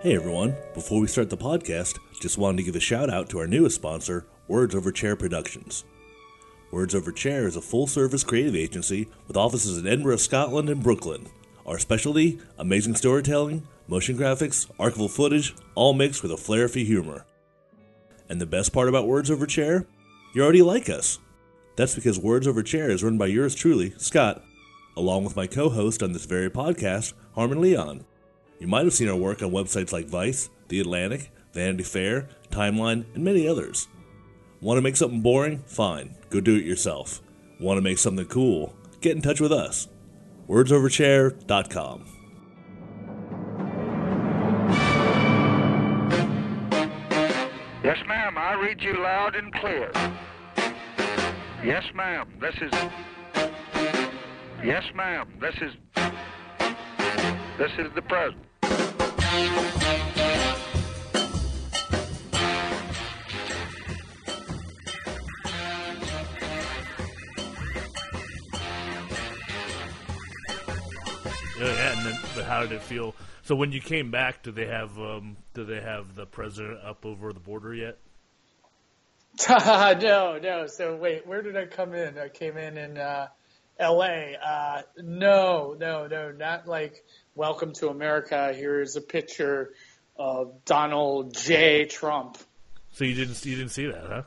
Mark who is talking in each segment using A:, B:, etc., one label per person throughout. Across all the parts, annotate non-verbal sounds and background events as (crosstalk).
A: Hey everyone, before we start the podcast, just wanted to give a shout out to our newest sponsor, Words Over Chair Productions. Words Over Chair is a full service creative agency with offices in Edinburgh, Scotland, and Brooklyn. Our specialty amazing storytelling, motion graphics, archival footage, all mixed with a flair for humor. And the best part about Words Over Chair? You already like us. That's because Words Over Chair is run by yours truly, Scott, along with my co host on this very podcast, Harmon Leon. You might have seen our work on websites like Vice, The Atlantic, Vanity Fair, Timeline, and many others. Want to make something boring? Fine, go do it yourself. Want to make something cool? Get in touch with us. WordsOverChair.com.
B: Yes, ma'am. I read you loud and clear. Yes, ma'am. This is. Yes, ma'am. This is. This is the president.
C: Yeah, yeah, and then, but how did it feel? So when you came back, do they have um, do they have the president up over the border yet?
D: (laughs) no, no. So wait, where did I come in? I came in in uh, L.A. Uh, no, no, no, not like "Welcome to America." Here is a picture of Donald J. Trump.
C: So you didn't you didn't see that, huh?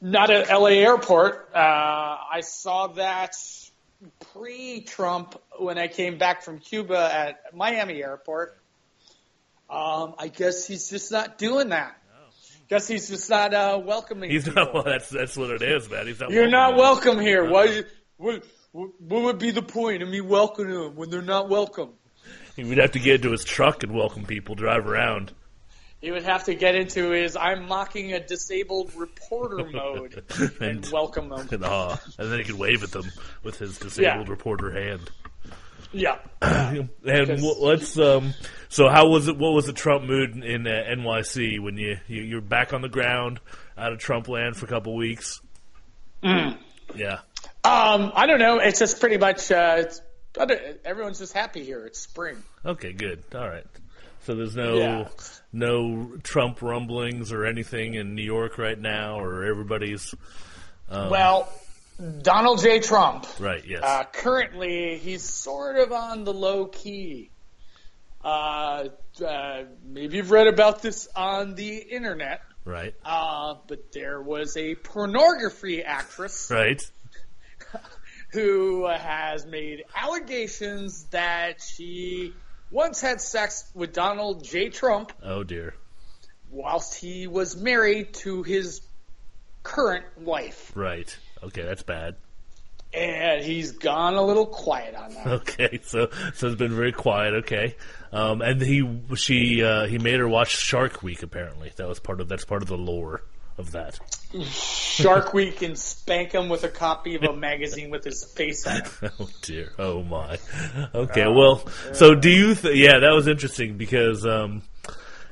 D: Not at L.A. airport. Uh, I saw that pre-Trump when I came back from Cuba at Miami airport. Um, I guess he's just not doing that. Guess he's just not uh, welcoming.
C: Oh. He's
D: people.
C: not. Well, that's that's what it is, man. He's not.
D: You're not
C: welcome.
D: welcome here. Why? What, what would be the point of me welcoming them when they're not welcome?
C: He would have to get into his truck and welcome people, drive around.
D: He would have to get into his "I'm mocking a disabled reporter" mode and welcome them.
C: (laughs) And, ah, and then he could wave at them with his disabled reporter hand.
D: (clears throat) Yeah.
C: and w- let's. Um, so, how was it? What was the Trump mood in, in uh, NYC when you, you you're back on the ground out of Trump land for a couple weeks?
D: Mm.
C: Yeah,
D: Um, I don't know. It's just pretty much. Uh, it's, I don't- everyone's just happy here. It's spring.
C: Okay, good. All right. So there's no
D: Yeah.
C: no Trump rumblings or anything in New York right now, or everybody's
D: Well, Donald J. Trump.
C: right. Yes.
D: Uh, currently, he's sort of on the low key. Uh, uh, maybe you've read about this on the internet.
C: right.
D: Uh, but there was a pornography actress
C: right.
D: who has made allegations that she once had sex with Donald J. Trump
C: Oh dear.
D: whilst he was married to his current wife.
C: Right. Okay, that's bad. (laughs)
D: And he's gone a little quiet on that.
C: Okay, so so it's been very quiet. Okay, um, and he she uh, he made her watch Shark Week. Apparently, that was part of that's part of the lore of that. (laughs)
D: Shark Week and spank him with a copy of a magazine with his face on it.
C: Oh dear. Oh my. Okay.
D: Oh,
C: well, so do you? Th- yeah, that was interesting because. Um,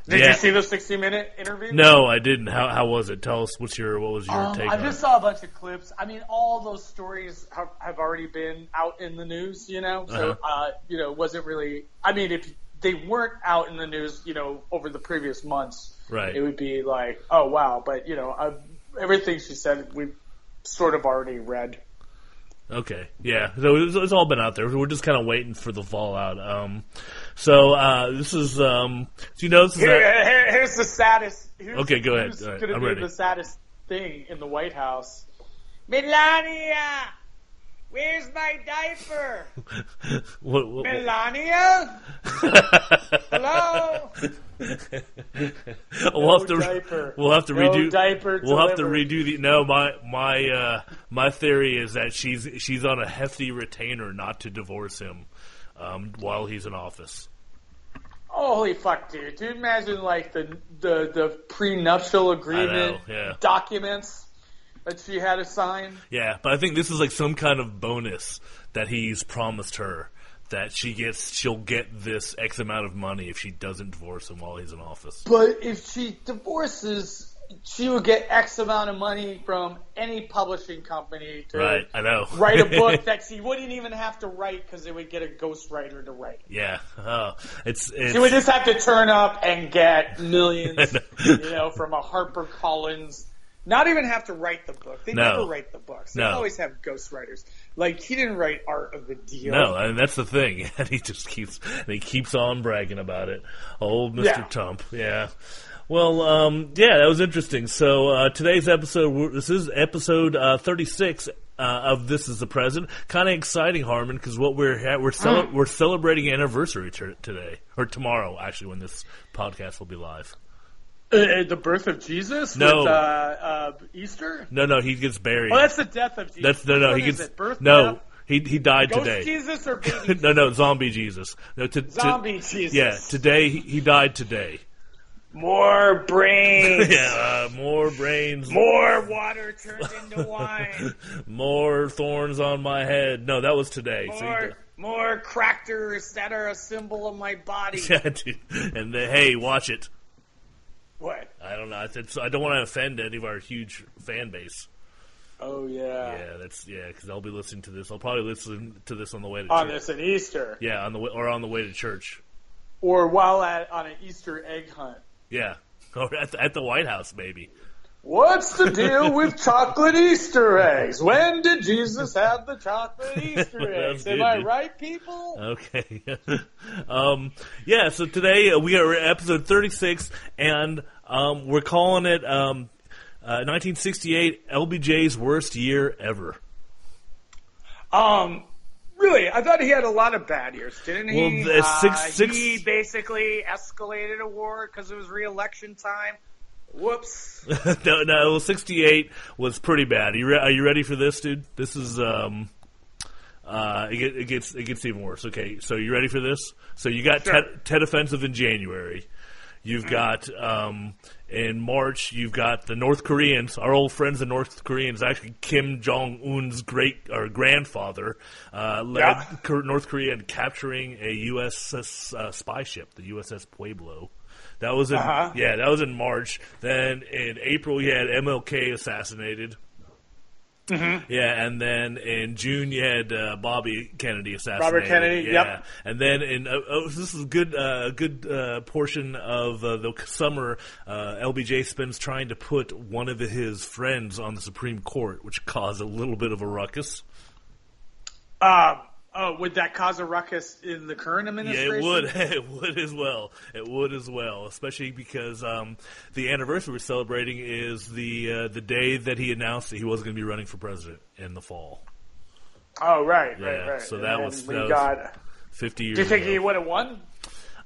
D: Did
C: yeah.
D: you see the 60 minute interview?
C: No, I didn't. How how was it? Tell us what's your what was your
D: Um,
C: take
D: I
C: on
D: just
C: it?
D: saw a bunch of clips. I mean, all those stories have, have already been out in the news, you know? So,
C: Uh-huh.
D: uh, you know, it wasn't really. I mean, if they weren't out in the news, you know, over the previous months,
C: Right.
D: it would be like, oh, wow. But, you know, i everything she said, we've sort of already read.
C: Okay, yeah. So it's, it's all been out there. We're just kind of waiting for the fallout. Um, so uh, this is um, do you know this is (laughs)
D: Here,
C: a-
D: here- here's the saddest. Here's,
C: Okay, go ahead.
D: Here's
C: All right,
D: gonna
C: I'm
D: be
C: ready.
D: the saddest thing in the White House. Melania, where's my diaper?
C: what, what-
D: Melania, hello.
C: we'll have to
D: No diaper.
C: we'll have (laughs) to
D: No
C: redo
D: diaper
C: we'll have to
D: delivered.
C: redo the no my my uh, my theory is that she's she's on a hefty retainer not to divorce him um, while he's in office.
D: Holy fuck, dude! Do you imagine like the the the prenuptial agreement
C: yeah.
D: documents that she had to sign?
C: Yeah, but I think this is like some kind of bonus that he's promised her that she gets she'll get this X amount of money if she doesn't divorce him while he's in office.
D: But if she divorces she would get X amount of money from any publishing company to
C: Right, I know. (laughs)
D: write a book that she wouldn't even have to write because they would get a ghostwriter to write. it.
C: yeah. Oh, it's it's
D: She would just have to turn up and
C: (laughs)
D: get millions, you know, from a Harper Collins. Not even have to write the book. They
C: No.
D: never write the books. They
C: No.
D: always have ghostwriters. Like he didn't write Art of the Deal.
C: no, and that's the thing. (laughs) And he just keeps and he keeps on bragging about it. Old Mister
D: Yeah.
C: Trump. Yeah. Well, um, yeah, that was interesting. So uh, today's episode, we're- this is episode uh, thirty-six. Uh, of this is the present, kind of exciting, Harmon, because what we're ha- we're cele-
D: Mm.
C: we're celebrating anniversary t- today or tomorrow, actually, when this podcast will be live.
D: Uh, the birth of Jesus?
C: No.
D: With, uh, uh, Easter?
C: No, no, he gets buried.
D: Oh, that's the death of Jesus.
C: That's no, no.
D: What
C: he
D: is
C: gets
D: it? Birth,
C: no.
D: death,
C: He he died
D: ghost
C: today.
D: Jesus or baby
C: (laughs) no, no, zombie Jesus. No, to, to-
D: Zombie Jesus.
C: Yeah, today he, he died today.
D: (laughs) More brains.
C: (laughs) Yeah, uh, more brains,
D: More water turned
C: (laughs)
D: into wine.
C: more thorns on my head. No, that was today. So he
D: More, more crackers that are a symbol of my body.
C: di- (laughs) (laughs) yeah, dude. And then, hey, watch it.
D: What?
C: I don't know. I, said- so I don't want to offend any of our huge fan base.
D: Oh yeah.
C: Yeah, that's yeah, because I'll be listening to this. I'll probably listen to this on the way to
D: On
C: church.
D: this an Easter,
C: Yeah, on the way, or on the way to church.
D: or while at on an Easter egg hunt.
C: Yeah, (laughs) or at the, at the White House, maybe.
D: What's the
C: (laughs)
D: deal with chocolate Easter eggs? When did Jesus have
C: (laughs)
D: the chocolate Easter
C: That's
D: eggs? Am
C: good,
D: I
C: dude. Uh,
D: right, people?
C: Okay. (laughs) um, yeah, so today uh, we are at episode 36, and um, we're calling it um, uh, 1968 LBJ's Worst Year Ever. (laughs)
D: Um, really, I thought he had a lot of bad years, didn't
C: Well,
D: he? Uh,
C: the six- six-
D: He basically escalated a war because it was re-election time.
C: (laughs)
D: Whoops.
C: no, no, well, 68 was pretty bad. Are you, re- are you ready for this, dude? This is. Um, uh, it, get, it gets it gets even worse. Okay, so you ready for this? So you got
D: Sure. Mm-hmm.
C: Ted, Ted offensive in January. You've got um, in March. You've got the North Koreans, our old friends, the North Koreans. Actually, Kim Jong Un's great or grandfather uh, led
D: Yeah.
C: Kor- North Korea in capturing a USS uh, spy ship, the USS Pueblo. That was in
D: Uh-huh.
C: yeah, that was in March. Then in April, you had MLK assassinated. Yeah, and then in June you had uh, Bobby Kennedy assassinated.
D: Kennedy,
C: yeah.
D: yep.
C: And then in oh, oh, this is a good uh, good uh, portion of uh, the summer. Uh, LBJ spends trying to put one of his friends on the Supreme Court, which caused a little bit of a ruckus.
D: um, oh, would that cause a ruckus in the current
C: Yeah,
D: administration?
C: it would. (laughs) It would as well. It would as well, especially because um, the anniversary we're celebrating is the uh, the day that he announced that he was going to be running for president in the fall.
D: Oh, right,
C: Yeah,
D: right, right.
C: so
D: And
C: that
D: then
C: was-
D: we
C: that was-
D: got.
C: Fifty years.
D: Do you think
C: ago.
D: he would have won?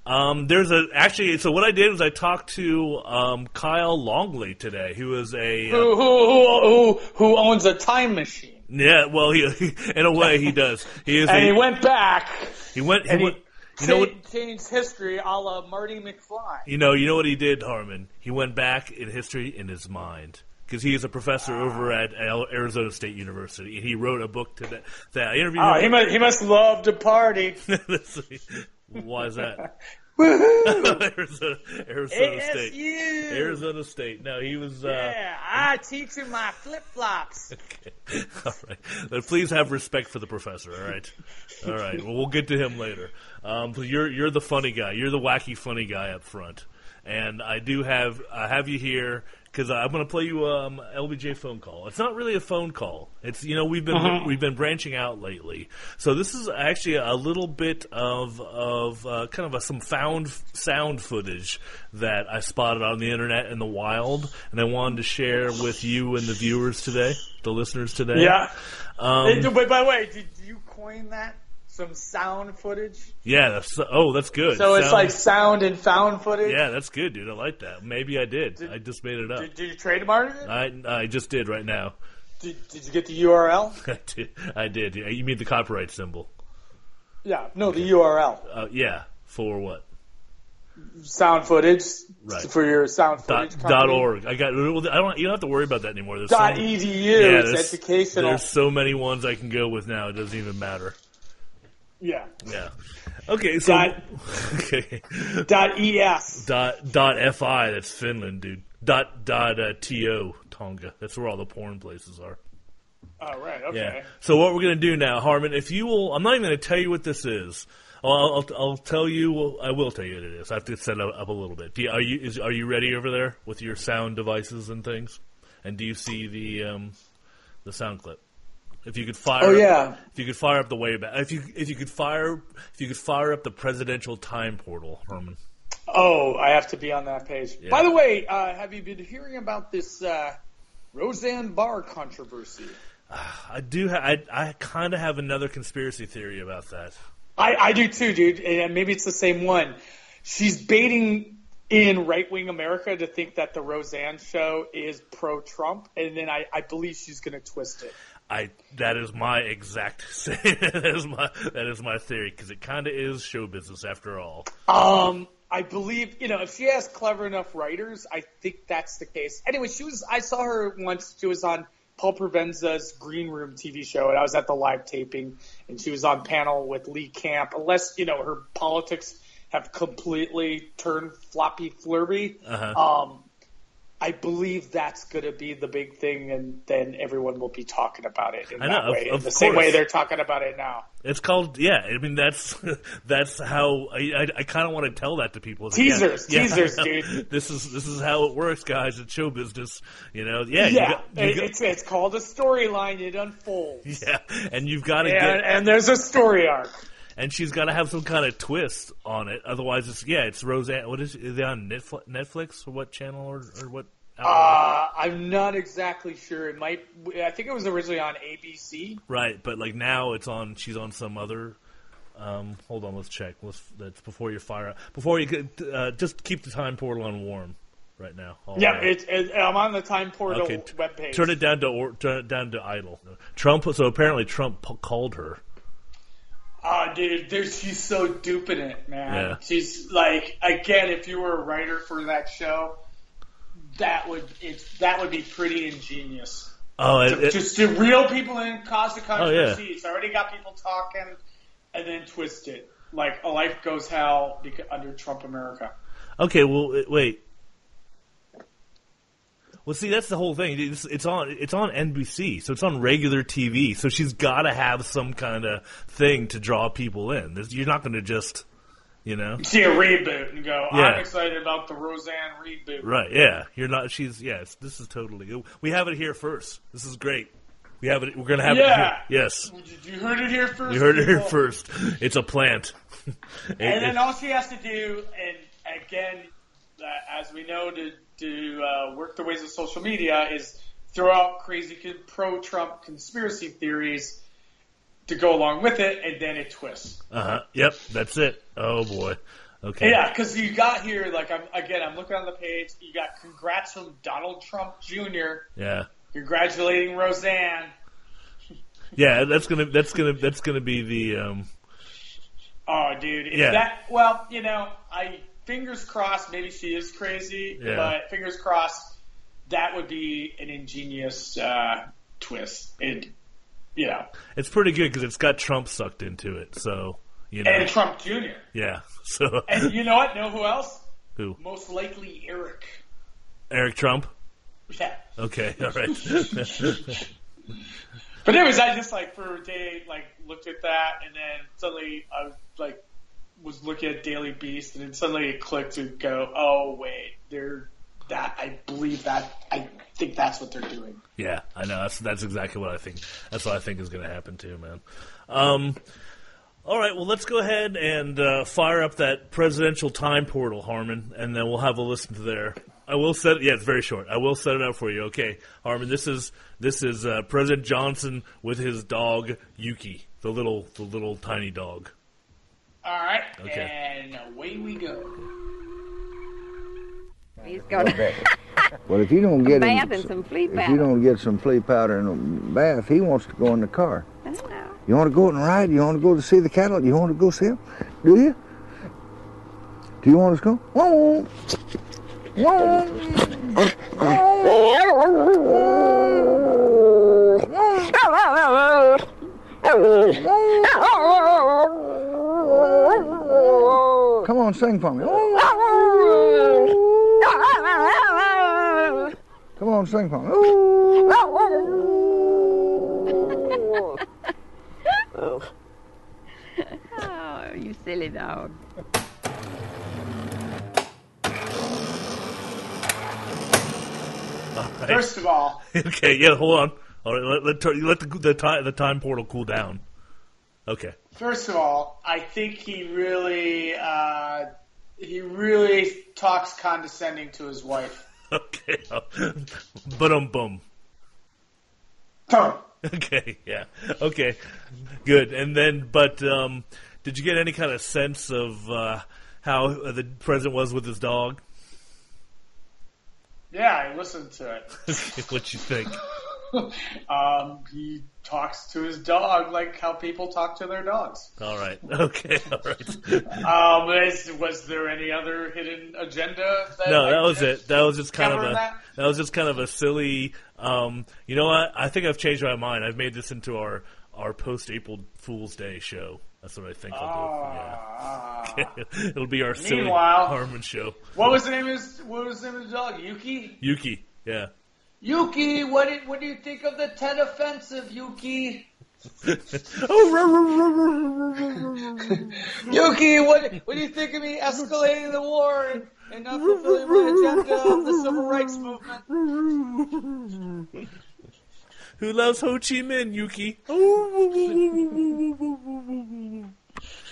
C: Um, there's a actually. So what I did was I talked to um, Kyle Longley today, who is a uh,
D: Who, who, who, who, who owns a time machine?
C: yeah. Well, he (laughs) in a way he does. He is.
D: And
C: a,
D: he went back
C: he went. He
D: and he
C: went- you know what?
D: cha- changed history a la Marty McFly.
C: You know. You know what he did, Harmon. He went back in history in his mind because he is a professor over
D: Ah.
C: at Al- Arizona State University, and he wrote a book to that. that I interviewed
D: Oh, he
C: him.
D: must, he must love
C: (laughs)
D: to party.
C: Why is
D: (laughs)
C: that? (laughs)
D: Woohoo!
C: Arizona, Arizona State. Arizona State. No, he was. Uh,
D: Yeah, I teach him my flip flops.
C: Okay. (laughs) All right. But please have respect for the professor. All right. All right. Well, we'll get to him later. Um, but you're you're the funny guy. You're the wacky funny guy up front. And I do have I have you here because I'm going to play you um LBJ phone call. It's not really a phone call. It's you know we've been
D: Uh-huh.
C: we've been branching out lately. So this is actually a little bit of of uh, kind of a, some found f- sound footage that I spotted on the internet in the wild, and I wanted to share with you and the viewers today, the listeners today.
D: Yeah.
C: Um,
D: Hey, wait, by the way, did you coin that? Some sound footage?
C: yeah. That's, oh, that's good.
D: So it's
C: Sound-
D: like sound and found footage?
C: yeah, that's good, dude. I like that. Maybe I did. I just made it up.
D: Did, did you trademark it?
C: I I just did right now. (laughs)
D: Did, did you get the URL?
C: I did. I did. You mean the copyright symbol?
D: Yeah, no, the URL.
C: Uh, yeah. For what?
D: Sound footage
C: Right.
D: for your sound footage.
C: Dot,
D: company.
C: dot org. I got. well, I don't. You don't have to worry about that anymore. There's
D: Dot E
C: so,
D: edu.
C: yeah,
D: it's
C: there's-
D: educational.
C: There's so many ones I can go with now. It doesn't even matter.
D: Yeah.
C: Yeah. Okay. So.
D: Dot-
C: (laughs) okay.
D: (laughs) Dot E es. (laughs)
C: Dot dot fi. That's Finland, dude. dot dot uh, to Tonga. That's where all the porn places are.
D: Oh right.
C: Yeah.
D: Okay.
C: So what we're gonna do now, Harmon? If you will, I'm not even gonna tell you what this is. I'll, Oh, I'll, I'll tell you. I will tell you what it is. I have to set up, up a little bit. Do you, are you is, are you ready over there with your sound devices and things? And do you see the um, the sound clip? If you could fire.
D: Oh
C: up-
D: yeah.
C: if you could fire up the way back. If you if you could fire if you could fire up the presidential time portal, Herman.
D: Oh, I have to be on that page. By the way, uh, have you been hearing about this uh, Roseanne Barr controversy?
C: I do. Ha- I I kind of have another conspiracy theory about that.
D: I, I do too, dude. And maybe it's the same one. She's baiting in right wing America to think that the Roseanne show is pro Trump, and then I, I believe she's going to twist it.
C: I that is my exact (laughs) same. that is my that is my theory because it kind of is show business after all.
D: Um, I believe you know if she has clever enough writers, I think that's the case. Anyway, she was I saw her once. She was on Paul Provenza's Green Room TV show, and I was at the live taping, and she was on panel with Lee Camp. Unless you know her politics have completely turned floppy flurby.
C: Uh-huh.
D: Um, I believe that's going to be the big thing, and then everyone will be talking about it in
C: I know,
D: that
C: of-
D: way, in
C: of
D: the same way
C: course.
D: they're talking about it now.
C: It's called yeah. I mean that's (laughs) that's how I I, I kind of want to tell that to people. It's
D: Teasers,
C: yeah, (laughs)
D: teasers,
C: I know.
D: dude.
C: This is this is how it works, guys. It's show business. You know, yeah, you
D: Yeah,
C: got- you got-
D: it's it's called a storyline. It unfolds.
C: (laughs) yeah, and you've got to
D: and,
C: get
D: and there's a story arc.
C: and she's got to have some kind of twist on it. Otherwise, it's yeah, it's Roseanne. What is, is it on Netflix, Netflix or what channel or, or what? outlet?
D: Uh, I'm not exactly sure. It might. I think it was originally on ABC.
C: right, but like now it's on. She's on some other. Um, hold on, let's check. Let's, that's before you fire up. Before you could, uh, just keep the time portal on warm right now. All
D: Yeah,
C: right.
D: it's. It, I'm on the Time Portal
C: t-
D: webpage.
C: Turn it down to or, turn it down to idle. Trump. So apparently Trump p- called her.
D: Ah, dude, there, she's so duping it, man.
C: Yeah.
D: She's like, again, if you were a writer for that show, that would it, that would be pretty ingenious.
C: Oh, it,
D: to,
C: it-
D: just to reel people in, cause the
C: yeah.
D: controversy. It's already got people talking, and then twist it like a life goes hell beca- under Trump America.
C: Okay, well, it- wait. Well, see, that's the whole thing. It's, it's on it's on NBC, so it's on regular TV. So she's got to have some kind of thing to draw people in. This- You're not going to just, you know,
D: see a reboot and go,
C: Yeah.
D: I'm excited about the Roseanne reboot.
C: right? Yeah, you're not. She's yes. This is totally. We have it here first. This is great. We have it. We're going to have
D: Yeah.
C: it. Here. Yes,
D: You- You heard it here first.
C: you heard it here
D: people.
C: first. It's a plant. (laughs) It-
D: And
C: it-
D: then all she has to do, and again, uh, as we know, to, to uh, work the ways of social media is throw out crazy con- pro-Trump conspiracy theories to go along with it, and then it twists.
C: uh-huh. Yep, that's it. Oh boy. Okay.
D: Yeah, because you got here, like I'm again, I'm looking on the page. You got congrats from Donald Trump Jr.
C: Yeah.
D: Congratulating Roseanne.
C: Yeah, that's gonna that's gonna that's gonna be the um
D: Oh, dude. If
C: Yeah.
D: that well, you know, I fingers crossed. Maybe she is crazy,
C: Yeah.
D: but fingers crossed. That would be an ingenious uh, twist, and you know,
C: it's pretty good because it's got Trump sucked into it. So you know,
D: and Trump Jr.
C: yeah. (laughs) So
D: And you know what? Know who else?
C: who?
D: Most likely Eric. (laughs)
C: Eric Trump.
D: Yeah.
C: Okay, all right.
D: (laughs) But anyways, I just like for a day like looked at that, and then suddenly I was like was looking at Daily Beast, and then suddenly it clicked and go, oh wait, they're that I believe that I think that's what they're doing.
C: yeah, I know. That's that's exactly what I think. That's what I think is going to happen too, man. Um, all right. Well, let's go ahead and uh, fire up that presidential time portal, Harmon, and then we'll have a listen to there. I will set. Yeah, it's very short. I will set it up for you. Okay, Harmon. This is this is uh, President Johnson with his dog Yuki, the little the little tiny dog. (laughs)
D: All right,
C: Okay.
D: and away we go.
E: He's going to
F: Well, if you don't get
E: bath
F: him,
E: in some flea
F: if you
E: powder.
F: don't get some flea powder in a bath, he wants to go in the car.
E: I don't know.
F: You want to go out and ride? You want to go to see the cattle? You want to go see them? Do you? Do you want us to go? Whoa. Whoa. Come on, sing for me. Whoa. Come on, sing song. oh,
E: Oh, you silly dog.
D: First of all,
C: okay, yeah, hold on. All right, let, let, tur- let the, the, time, the time portal cool down. Okay. (laughs)
D: first of all, I think he really uh, he really talks condescending to his wife.
C: Okay. (laughs) But um bum.
D: Boom.
C: (laughs) Okay, yeah. Okay. Good. And then but um did you get any kind of sense of uh how the president was with his dog?
D: Yeah, I listened to it.
C: (laughs) what you think?
D: um, he talks to his dog like how people talk to their dogs.
C: All right. (laughs) Okay. All right.
D: Um, is, was there any other hidden agenda? That
C: No,
D: I
C: that was it. That was just kind of
D: Cover
C: a that?
D: that?
C: was just kind of a silly. Um, you know what? I think I've changed my mind. I've made this into our our post April Fool's Day show. That's what I think I'll
D: Ah.
C: do. Yeah. (laughs) It'll be our silly
D: Meanwhile-
C: Harmon show.
D: What was the name of his, what was the name of his dog? Yuki?
C: Yuki. Yeah.
D: Yuki, what did, what do you think of the Tet offensive, (laughs) Yuki?
C: Oh, ruh, ruh, ruh, ruh, ruh, ruh, ruh, ruh.
D: Yuki, what what do you think of me escalating the war and, and not fulfilling my agenda of the civil rights movement?
C: who loves Ho Chi Minh, Yuki?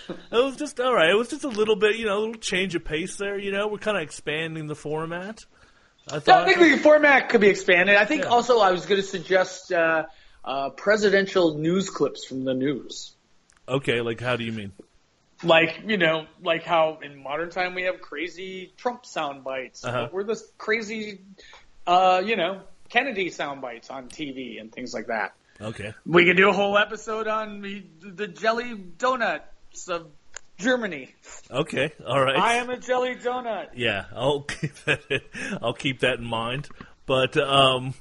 C: it was just all right. It was just a little bit, you know, a little change of pace there. You know, we're kind of expanding the format. I
D: (laughs) I
C: thought.
D: think the format could be expanded. I think
C: Yeah.
D: also I was going to suggest uh, uh, presidential news clips from the news.
C: Okay, like how do you mean?
D: Like, you know, like how in modern time we have crazy Trump sound bites.
C: Uh-huh.
D: We're the crazy, uh, you know, Kennedy sound bites on TV and things like that.
C: Okay.
D: We could do a whole episode on the, the jelly donuts of Germany.
C: Okay. All right.
D: I am a jelly donut.
C: yeah, I'll (laughs) keep that. I'll keep that in mind. But um,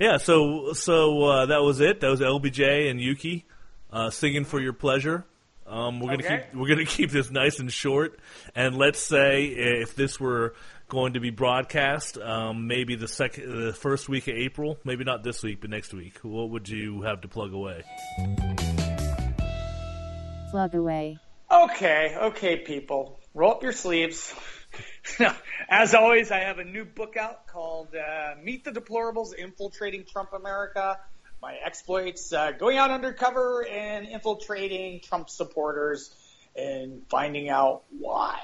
C: yeah. So so uh, that was it. That was LBJ and Yuki uh, singing for your pleasure. Um, we're gonna
D: Okay.
C: keep we're gonna (laughs) keep this nice and short. And let's say if this were going to be broadcast, um, maybe the second, the first week of April, maybe not this week, but next week. What would you have to plug away?
E: Plug away.
D: Okay, okay, people, roll up your sleeves. (laughs) As always, I have a new book out called uh, "Meet the Deplorables: Infiltrating Trump America." My exploits, uh, going out undercover and infiltrating Trump supporters, and finding out why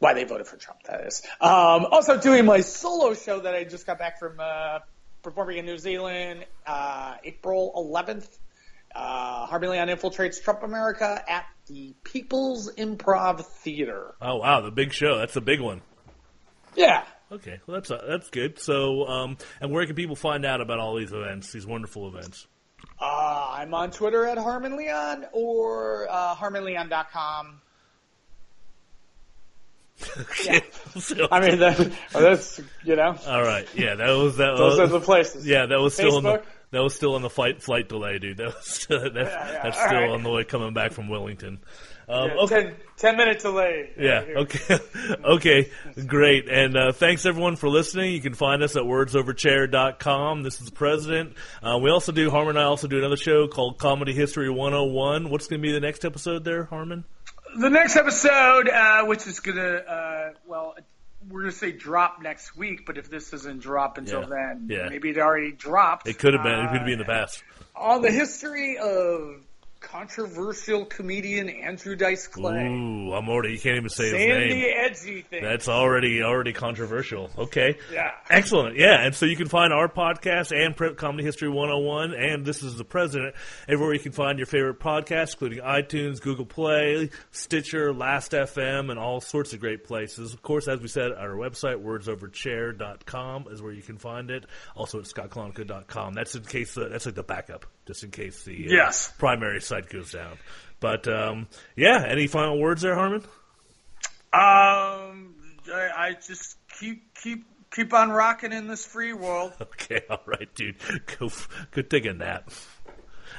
D: why they voted for Trump. That is. Um, also, doing my solo show that I just got back from uh, performing in New Zealand, uh, April 11th. Uh, Harvey Leon infiltrates Trump America at the People's Improv Theater.
C: Oh wow, the big show. That's a big one.
D: Yeah.
C: Okay, well that's uh, that's good. So, um, and where can people find out about all these events, these wonderful events?
D: Uh, I'm on Twitter at Harmon Leon or uh, harmonleon.com.
C: Okay. So-
D: I mean, that, that's, you know,
C: (laughs) all right, yeah, that was that
D: those are
C: was
D: the places.
C: Uh, yeah, that was still on the
D: Facebook?
C: that was still on the flight flight delay, dude. That was that's,
D: yeah,
C: that's
D: all
C: still
D: right.
C: on the way coming back from Wellington. Um,
D: Yeah,
C: okay.
D: ten, 10 minute delay.
C: Yeah.
D: Here.
C: Okay. (laughs) okay. Great. And uh, thanks everyone for listening. You can find us at wordsoverchair.com. This is the president. Uh, we also do Harmon and I also do another show called Comedy History 101. What's going to be the next episode there, Harmon?
D: the next episode, uh, which is gonna, uh, well, we're gonna say drop next week, but if this doesn't drop until
C: Yeah.
D: then,
C: Yeah.
D: maybe it already dropped.
C: It could have been. It could
D: Uh,
C: be in the past.
D: on the history of controversial comedian Andrew Dice Clay,
C: Ooh, I'm already. You can't even say his
D: saying
C: name.
D: the edgy thing.
C: That's already already controversial. Okay.
D: Yeah.
C: Excellent. Yeah. And so you can find our podcast and Prep Comedy History 101 and This is the President everywhere you can find your favorite podcasts, including iTunes, Google Play, Stitcher, Last FM, and all sorts of great places. Of course, as we said, our website, wordsoverchair.com is where you can find it. Also at scottkalonka.com. That's in case, the, that's like the backup, just in case the uh,
D: Yes.
C: primary site goes down. But um, yeah, any final words there, Harmon?
D: um, I, I just keep keep keep on rocking in this
C: (laughs)
D: free world.
C: Okay, all right, dude. Go, f- go take a nap.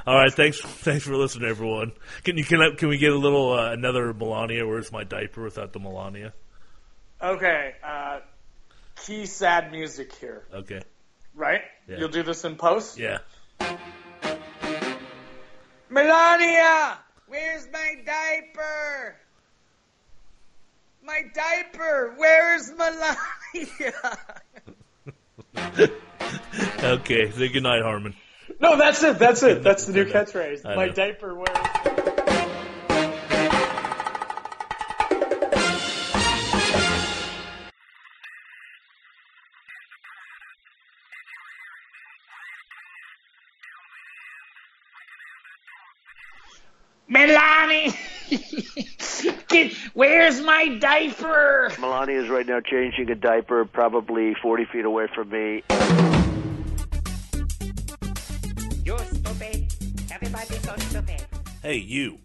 C: All right, thanks, thanks for listening, everyone. Can you can I, can we get a little uh, another Melania? Where's my diaper without the Melania?
D: Okay. Uh, key sad music here,
C: Okay.
D: right?
C: Yeah.
D: You'll do this in post.
C: Yeah.
D: Melania, where's my diaper? My diaper, where's Melania? (laughs)
C: Okay. Say good night, Harmon.
D: no, that's it. That's it. That's the
C: I
D: new
C: know.
D: catchphrase.
C: I
D: My
C: know.
D: diaper, where's
G: Melanie, (laughs) get, where's my diaper?
H: Melania is right now changing a diaper, probably 40 feet away from me.
I: You're stupid. Everybody's so stupid.
A: Hey, you.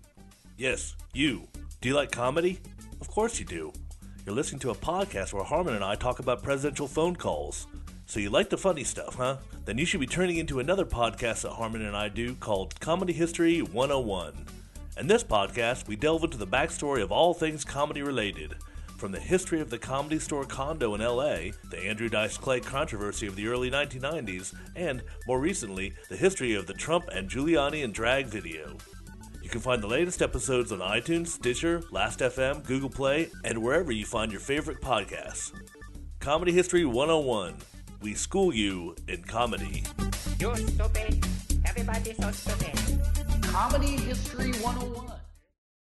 A: Yes, you. Do you like comedy? Of course you do. You're listening to a podcast where Harmon and I talk about presidential phone calls. So you like the funny stuff, huh? Then you should be turning into another podcast that Harmon and I do called Comedy History 101. In this podcast, we delve into the backstory of all things comedy related. From the history of the Comedy Store condo in LA, the Andrew Dice Clay controversy of the early 1990s, and, more recently, the history of the Trump and Giuliani and drag video. You can find the latest episodes on iTunes, Stitcher, Last.fm, Google Play, and wherever you find your favorite podcasts. Comedy History 101. We school you in comedy.
I: You're stupid. Everybody's so stupid.
D: Comedy History 101?